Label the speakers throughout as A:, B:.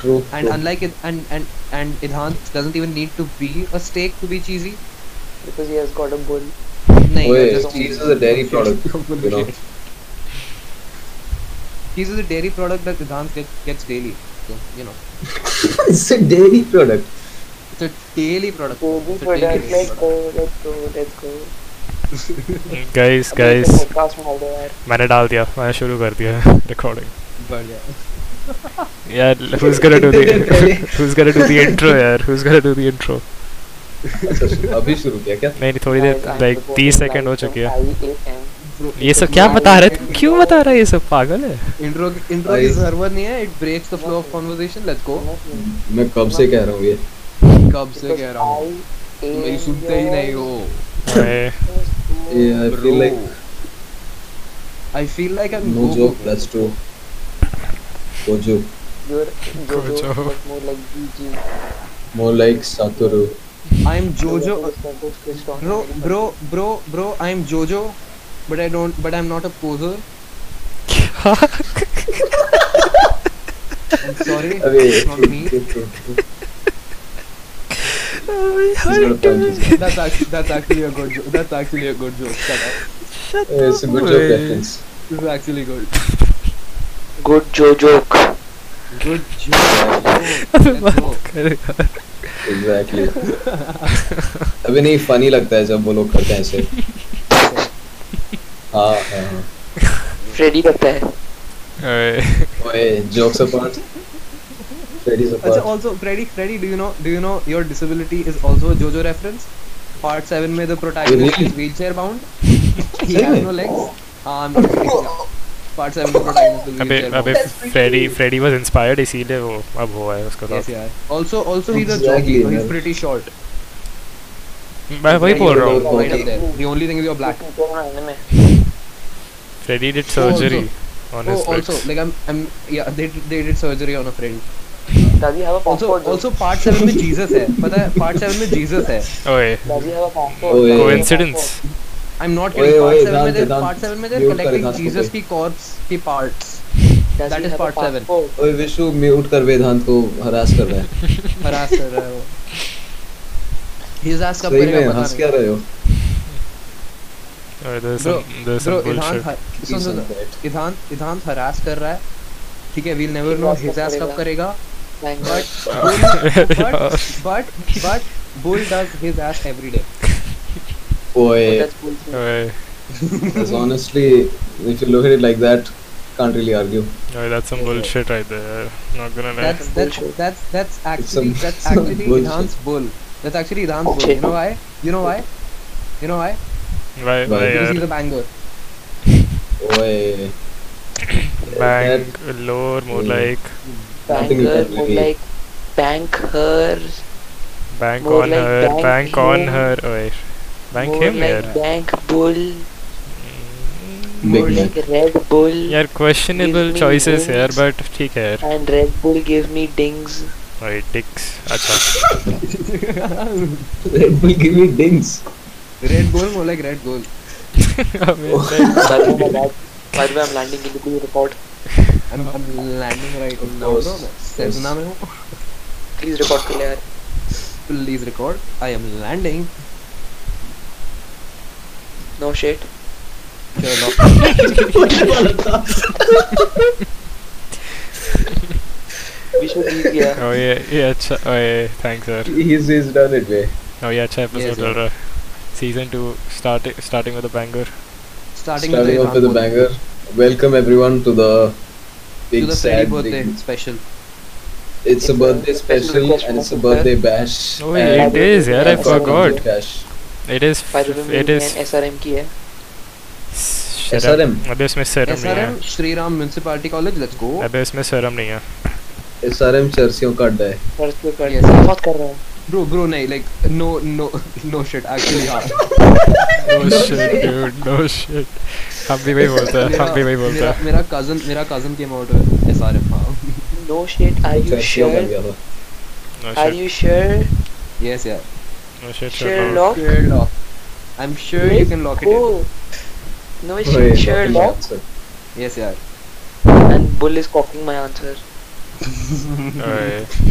A: True.
B: And
A: true.
B: unlike it, and and and Idhant doesn't even need to be a steak to be cheesy.
C: because he has got a bull.
B: नहीं,
A: Oye,
B: that's
A: cheese is a dairy product. You know.
B: Cheese is a dairy product that Idhant get, gets daily. So you know,
A: it's a dairy product.
B: it's a daily product.
C: So
B: It's a
C: this product,
B: daily
C: let's
B: product.
C: go, let's go, let's go.
D: Guys
C: अब
D: guys
C: इसे podcast में डाल दो यार।
D: मैंने डाल दिया मैंने शुरू कर दिया रिकॉर्डिंग
B: बढ़िया
D: यार who's gonna do
A: इतने दिन पहले।
D: the who's gonna do the intro यार who's gonna do the intro
A: अच्छा अभी शुरू किया क्या?
D: नहीं नहीं थोड़ी
C: Guys,
D: देर
C: I'm
D: लाइक
B: तो
C: reporting
D: 30
C: live
D: सेकंड हो
C: from
D: चुके हैं
C: 5
B: Bro,
D: ये सब क्या
C: Guys,
D: बता रहा है
C: I'm
D: क्यों बता रहा है ये सब पागल है
B: Intro intro की
A: Guys.
B: जरूरत नहीं है. It breaks the flow of conversation. Let's go.
C: a.m.
A: मैं कब से कह रहा हूँ ये?
B: Oh, कब से कह रहा हूँ तुम मेरी सुनते ही नहीं हो.
D: ओए,
A: Yeah, I feel
B: Bro.
A: like
B: I feel like I'm
A: no
B: Goku.
A: joke. That's true. Gojo,
C: Your
D: Go,
C: Jojo
D: Joe.
C: was more like GG.
A: more like Satoru.
B: I'm Jojo. Bro, bro,
C: Bro,
B: bro, bro. I'm Jojo, but I don't. But I'm not a poser. I'm sorry.
A: अबे
B: it's not me.
A: true, true, true. He's got a point, he's got-
B: That's actually, that's actually a good. joke. That's actually a good joke. Shut up.
A: Yeah, It's a good joke reference.
B: This is actually good.
C: Good Jojo.
B: Good joke. Let's go.
A: Exactly. अबे नहीं funny लगता है जब वो लोग करते हैं ऐसे हाँ हाँ हाँ।
C: Freddy लगता है
D: ओए,
A: ओए jokes apart Freddy's
B: अच्छा
A: apart
B: also Freddy Freddy do you know do you know your disability is also a JoJo reference? Part 7 में the protagonist
A: Really?
B: is wheelchair bound. he
A: सही
B: has
A: में?
B: no legs. हाँ I'm not kidding. yeah. Part 7 में protagonist is
D: अबे
B: wheelchair
D: अबे
B: bound.
D: Freddy Freddy was inspired इसीलिए वो अब हुआ है उसका तो।
B: Yes,
D: साथ
B: yeah. Also, also he's a
A: Exactly,
B: jockey, so he's
A: man.
B: pretty short.
D: मैं वही
B: Like,
D: बोल रहा
B: he's
D: हूँ
B: right up there. The only thing is you're black.
D: Freddy did
B: Oh, also-
D: surgery on
B: Oh,
D: his
B: also,
D: legs
B: like I'm, I'm, yeah, they did- they did surgery on a friend.
C: Does he have a
B: Also,
C: passport?
B: also part seven में Jesus है, पता है? Part seven में Jesus है.
D: ओए
C: Does he have a passport?
A: Oh, yeah.
D: Coincidence
B: I'm not
A: Oye,
B: kidding. part
A: oye,
B: seven
A: Dante,
B: में they're
A: Dante,
B: part seven में they're
A: mute कर
B: collecting
A: Dante को
B: Jesus
A: भाई।
B: की corpse की parts.
C: Does
B: That
C: he
B: is
C: have a
B: part seven.
C: passport?
A: ओए Vishu mute कर वेदांत को harass कर रहा है
B: हरास कर रहा है वो हिज आस कब
A: सही
B: करेगा
A: में
B: पता
A: हंस
B: नहीं
A: क्या रहे हो
D: Alright, there's
B: Bro,
D: some, there's
B: Bro,
D: some
B: इधान
D: bullshit.
B: हर- सुन
A: He's
B: सुन
A: not right.
B: इधान इधान हरास कर रहा है ठीक है we'll never know
C: Hizaas
B: his
C: कब
B: आस कब करेगा
C: Thank God.
B: But but but but bull does his ass every day
A: ओए
C: That's cool.
D: Alright,
A: because honestly if you look at it like that can't really argue
D: alright, that's some bullshit right there. Not gonna lie.
B: That's that's that's that's actually
A: some-
B: that's
A: some
B: actually
A: bullshit.
B: इधान्स bull that's actually इधान्स bull
C: Okay.
B: You know why you know why you know why
D: Why, uh,
A: Why?
D: why,
B: because he is
D: यार?
B: A banger
A: ओए
D: Bank, lower, more
A: Yeah.
D: like
A: I think we
C: Banker,
A: can
C: more
A: really-
C: like bank her.
D: bank
C: More
D: on
C: like
D: her,
C: bank
D: bank on
C: him.
D: her. Oh, Wait, bank
C: more
D: him
C: like
D: यार.
C: bank bull.
A: Big
C: more
A: man.
C: like Red Bull.
D: यार Hmm. questionable
C: me
D: choices
C: wings.
D: यार, but ठीक है यार.
C: And Red Bull gave me dings.
D: Wait, dicks. अच्छा.
A: Red Bull give me dings
B: red goal more like red goal
D: अबे नहीं.
C: By the way, oh my dad- by the way, I'm landing in the Google report.
B: I am landing right
A: Of
B: now
A: course.
B: No सेजुना में हूं
C: Please report to layer.
B: please record i am landing
C: No shit.
B: चलो
C: We should leave here.
D: Oh yeah, yeah, अच्छा. Oh yeah, thanks यार.
A: he's he's done it way
D: Oh yeah, अच्छा
B: Yes,
D: episode
B: yeah.
D: चल रहा है. Season two starting starting with a banger.
B: starting,
A: starting off with
B: with
A: a
B: Ilhan Bholi.
A: banger welcome everyone to the
B: to
A: big
B: the Freddy
A: sad
B: birthday
A: big-
B: special
A: It's a birthday special
C: special
A: and it's a
C: request.
A: birthday bash.
D: Oh,
A: and
D: it is यार. I
A: it's a birthday
D: forgot.
A: bash.
D: It is.
C: By the way,
D: It
C: मेरी
D: is.
C: बहन SRM की है.
D: शर्म अबे उसमें शर्म नहीं
B: SRM
D: है
B: Sri Ram Municipality College let's go
D: अबे उसमें शर्म नहीं है
A: SRM चर्चियों का अड्डा है.
C: और उसको कर
B: Yes.
C: बहुत कर रहा है.
B: bro bro nahi like no no no shit actually हाँ
D: no shit dude no shit हम भी वही बोलते हैं हम तो भी वही बोलते
B: मेरा
D: हैं
B: मेरा cousin मेरा cousin came out of SRM हाँ
C: No shit. Are you
A: चर्चियों का
C: sure?
A: गया था.
D: No
C: Are
D: shit
C: you sure?
B: yes yeah
D: no shit
C: Sherlock.
B: sure lock I'm sure you can lock it in
C: Oh. No
A: Wait,
C: shit.
A: not the
C: Sherlock.
A: answer.
B: yes yeah
C: And Bull is cocking my answer.
D: Alright.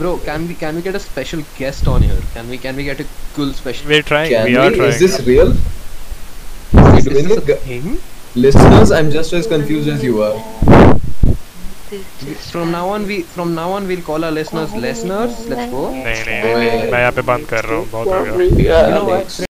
B: Bro, can we can we get a special guest on here? Can we can we get a cool special?
D: We're trying.
A: Can
D: we are
A: we?
D: trying.
A: Is this real?
B: Is,
A: doing
B: this
A: it,
B: a
A: gu-
B: thing?
A: Listeners, I'm just as confused as you are.
B: From now on, we from now on we'll call our listeners listeners. Let's go.
D: नहीं नहीं नहीं, नहीं मैं यहाँ पे बंद कर रहा हूँ बहुत हो गया
C: Yeah.
B: You know what,
A: Alex.